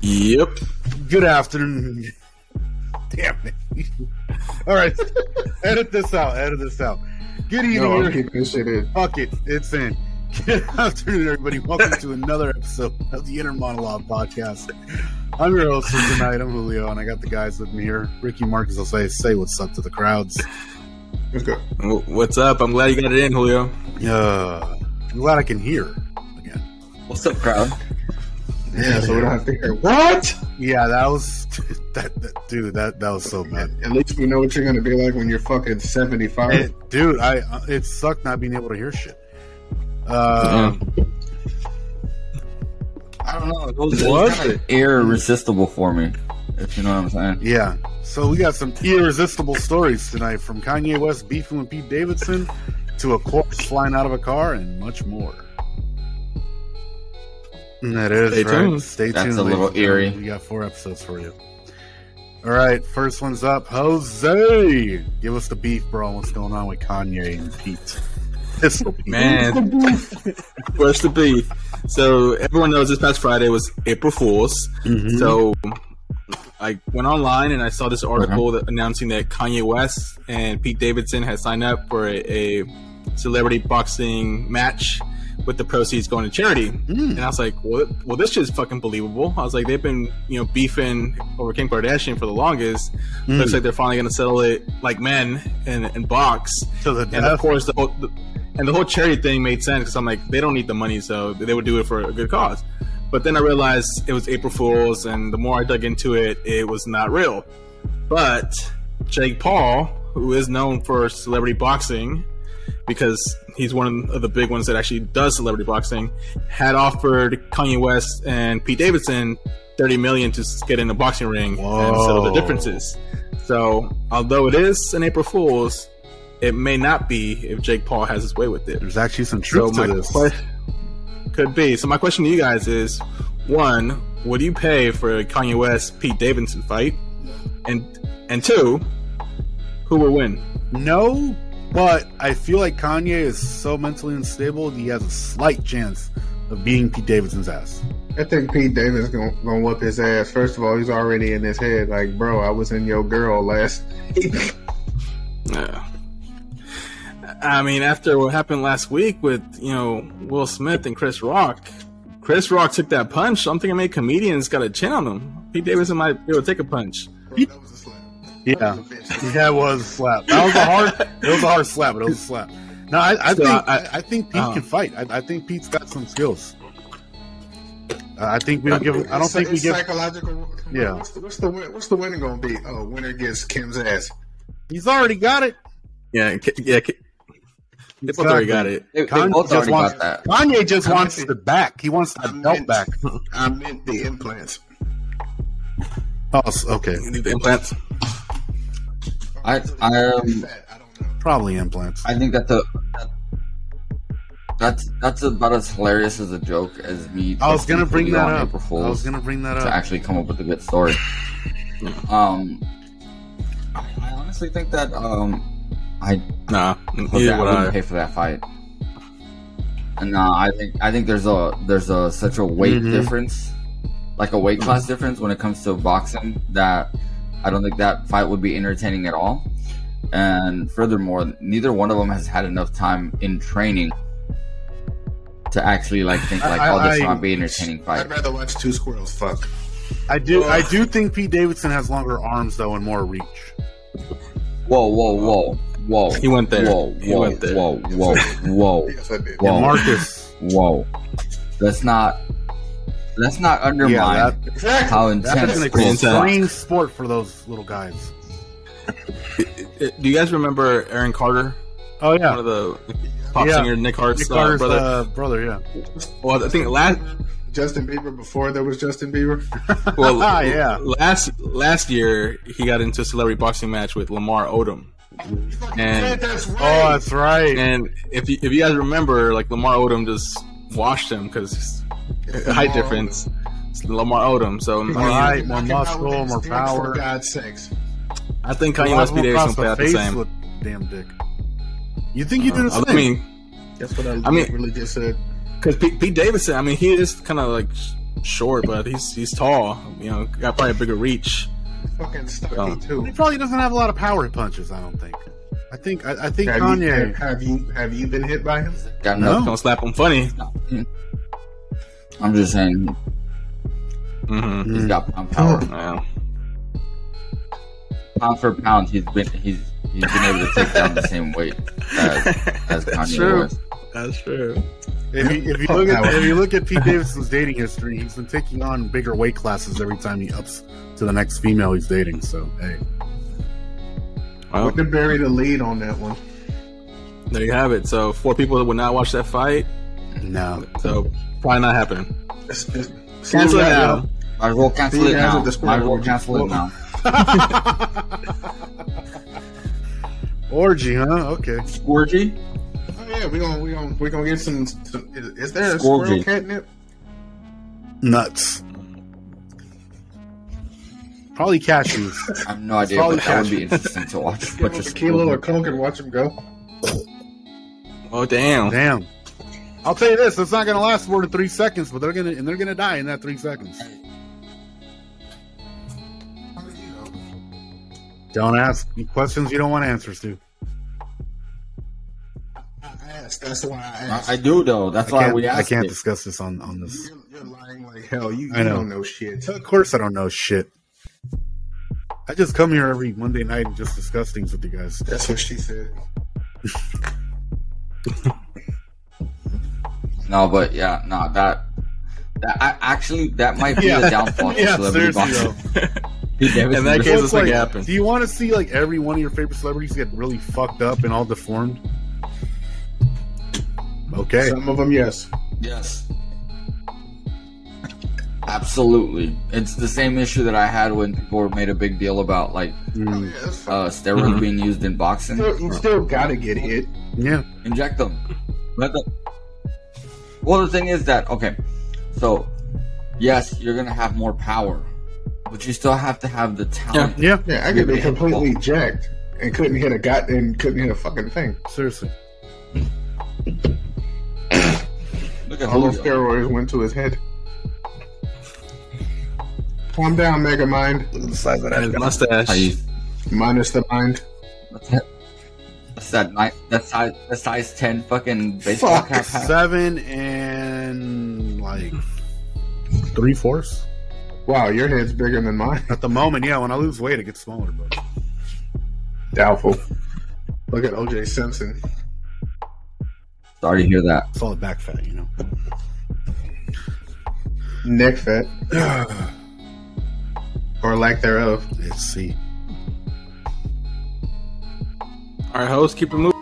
Yep. Good afternoon. Damn it. All right. edit this out. Edit this out. Good No, I'm evening. keeping this shit in. Fuck it. It's in. Good afternoon, everybody. Welcome to another episode of the Inner Monologue Podcast. I'm your host for tonight. I'm Julio, and I got the guys with me here. Ricky Marcus will say, say what's up to the crowds. Let's go. W- What's up? I'm glad you got it in, Julio. Uh, I'm glad I can hear again. What's up, crowd? Yeah, so we don't have to hear what. Yeah, that was that, that dude. That that was so bad. At least we know what you're gonna be like when you're fucking 75. It- dude, I uh, it sucked not being able to hear shit. Uh-huh. Uh, I don't know. It What? irresistible for me, if you know what I'm saying. yeah. So we got some irresistible stories tonight, from Kanye West beefing with Pete Davidson to a corpse flying out of a car and much more. That is Stay right. tuned. Stay That's tuned. a ladies little and gentlemen. eerie. We got four episodes for you. All right, first one's up. Jose, give us the beef, bro. What's going on with Kanye and Pete? Pistol Pete. Mm-hmm. Man, where's the beef? So everyone knows this past Friday was April Fool's. Mhm. So I went online and I saw this article that announcing that Kanye West and Pete Davidson had signed up for a, a celebrity boxing match with the proceeds going to charity. Mm. And I was like, well, well, this shit's fucking believable. I was like, they've been, you know, beefing over Kim Kardashian for the longest. Mm. Looks like they're finally going to settle it like men and, and box. to the And death. of course, the whole, the, and the whole charity thing made sense because I'm like, they don't need the money, so they would do it for a good cause. But then I realized it was April Fool's, and the more I dug into it, it was not real. But Jake Paul, who is known for celebrity boxing, because he's one of the big ones that actually does celebrity boxing, had offered Kanye West and Pete Davidson 30 million to s- get in the boxing ring and settle the Whoa. differences. So, although it is an April Fool's, it may not be if Jake Paul has his way with it. There's actually some So truth my to this. question could be. So my question to you guys is: one, would you pay for a Kanye West Pete Davidson fight? And and two, who will win? No, but I feel like Kanye is so mentally unstable that he has a slight chance of beating Pete Davidson's ass. I think Pete Davis gonna, gonna whoop his ass. First of all, he's already in his head. Like, bro, I was in your girl last. Uh, I mean, after what happened last week with you know Will Smith and Chris Rock, Chris Rock took that punch. I'm thinking, maybe comedians got a chin on them. Pete Davidson might be able to take a punch. Bro, that was a slap. Yeah, that was a slap. That was a hard. it was a hard slap, but it was a slap. No, I, I So think I, I- think Pete uh-huh. can fight. I, I think Pete's got some skills. Uh, I think we don't give. him- I don't It's- think we it's give. psychological. Yeah. What's the, what's the win- what's the winner gonna be? Oh, winner gets Kim's ass. He's already got it. Yeah, K- yeah. K- they both already got it. They, they Kanye both just already wants- got that. Kanye just I wants mean- the back. He wants I that mean- belt back. I meant the implants. Oh, s- okay, The implants. I- I, um, Fat, I don't know. probably implants. I think that's a that, that's that's about as hilarious as a joke as me. I was trusting gonna bring Julio that on up. April I was Fools gonna bring that to up. actually come up with a good story. um, I, I honestly think that um, I Nah, Okay, neither I would wouldn't I. pay for that fight. And uh, I think I think there's a there's a such a weight Mhm. difference, like a weight class difference when it comes to boxing that I don't think that fight would be entertaining at all. And furthermore, neither one of them has had enough time in training to actually like think like, I- oh, this I- might be an entertaining fight. I'd rather watch two squirrels fuck. I do. I do think Pete Davidson has longer arms though and more reach. Whoa, whoa, whoa, whoa! He went there. Whoa, He whoa, went there. whoa, whoa, whoa! Yes, I did. Whoa. And Marcus, Whoa. Let's not let's not undermine Yeah, that- Exactly. how that's intense an schools are. extreme sport for those little guys. Uh, Do you guys remember Aaron Carter? Oh One yeah, of the pop Yeah. singer Nick Hart's, Nick uh, Carter's brother. uh, brother. Yeah, well, I think last Justin Bieber before there was Justin Bieber. well, Yeah. last last year he got into a celebrity boxing match with Lamar Odom. And- that's oh that's right. And if you, if you guys remember, like Lamar Odom just washed him because the height difference. It's Lamar Odom. So I, mean, All right. more Knocking out muscle, with more his dick, power. For God's sakes. I think Kanye West Pete Davidson play out the same. Uh, With damn dick. You think you do the same? I mean, That's what I, mean- really just said. Because Pete, Pete Davidson, I mean, he is kind of like short, but he's he's tall. You know, got probably a bigger reach. Fucking stocky Oh. He too. probably doesn't have a lot of power punches. I don't think. I think. I, I think Have you, Kanye. have, have you have you been hit by him? Got No. nothing. Don't slap him funny. I'm just saying, Mm-hmm. he's Mm. got pound power. Yeah. Oh. Pound for pound, he's been he's he's been able to take down the same weight as, That's as Kanye true. West. That's true. If you, if you look at if you look at Pete Davidson's dating history, he's been taking on bigger weight classes every time he ups to the next female he's dating. So hey, Well, Way to bury the lead on that one. there you have it. So four people that would not watch that fight. no, So probably not happening. It's- it's- see Cancel you it guys- now. Might as well cancel See, it guys, now. at the Might as well scoreboard, cancel it you- now. orgy, huh? Okay. Scorgy? Oh yeah, we gonna we gonna we gonna get some. some is, is there a Squirrel squirrel juice. catnip? Nuts. Probably cashews. I have no idea, Probably but that would cash. be interesting to watch. Give But him a just kilo of coke and watch him go. Oh damn. Damn. I'll tell you this: it's not going to last more than three seconds, but they're going to and they're going to die in that three seconds. Don't ask questions you don't want answers to. I asked. That's why I I, asked. I do though. That's I why can't, we I asked can't it. discuss this on on this. you're, you're lying like hell. You, you I know. don't know shit. Of course, I don't know shit. I just come here every Monday night and just discuss things with you guys. That's what she said. No, but yeah, no, that that I, actually that might be Yeah. the downfall to celebrity boxing. Pete Davidson In that was- case, Well, this it's thing like, happened. Do you want to see like every one of your favorite celebrities get really fucked up and all deformed? Okay. Some of them, yes. Yes. Absolutely. It's the same issue that I had when people made a big deal about like Oh, Mm, yeah, that's fine. uh, steroids Mhm. being used in boxing. Still- you still gotta get hit. yeah. Inject them. Let them. Well, the thing is that okay, so yes, you're gonna have more power, but you still have to have the talent. Yeah. Yeah, I could be completely jacked and couldn't hit a god and couldn't hit a fucking thing. Seriously. Look at All those Julio. steroids went to his head. Calm down, Mega Mind. Look at the size of And his mustache. How you- Minus the mind. That's that. That's that. ni- That's size. That's size ten. Fucking baseball Fuck. cap hat. Seven and like three fourths Wow, your head's bigger than mine. at the moment. Yeah. When I lose weight, it gets smaller. But Doubtful. Look at OJ Simpson. Sorry to hear that. it's all the back fat, you know. Neck fat. or lack thereof. Let's see. All right, host, keep it moving.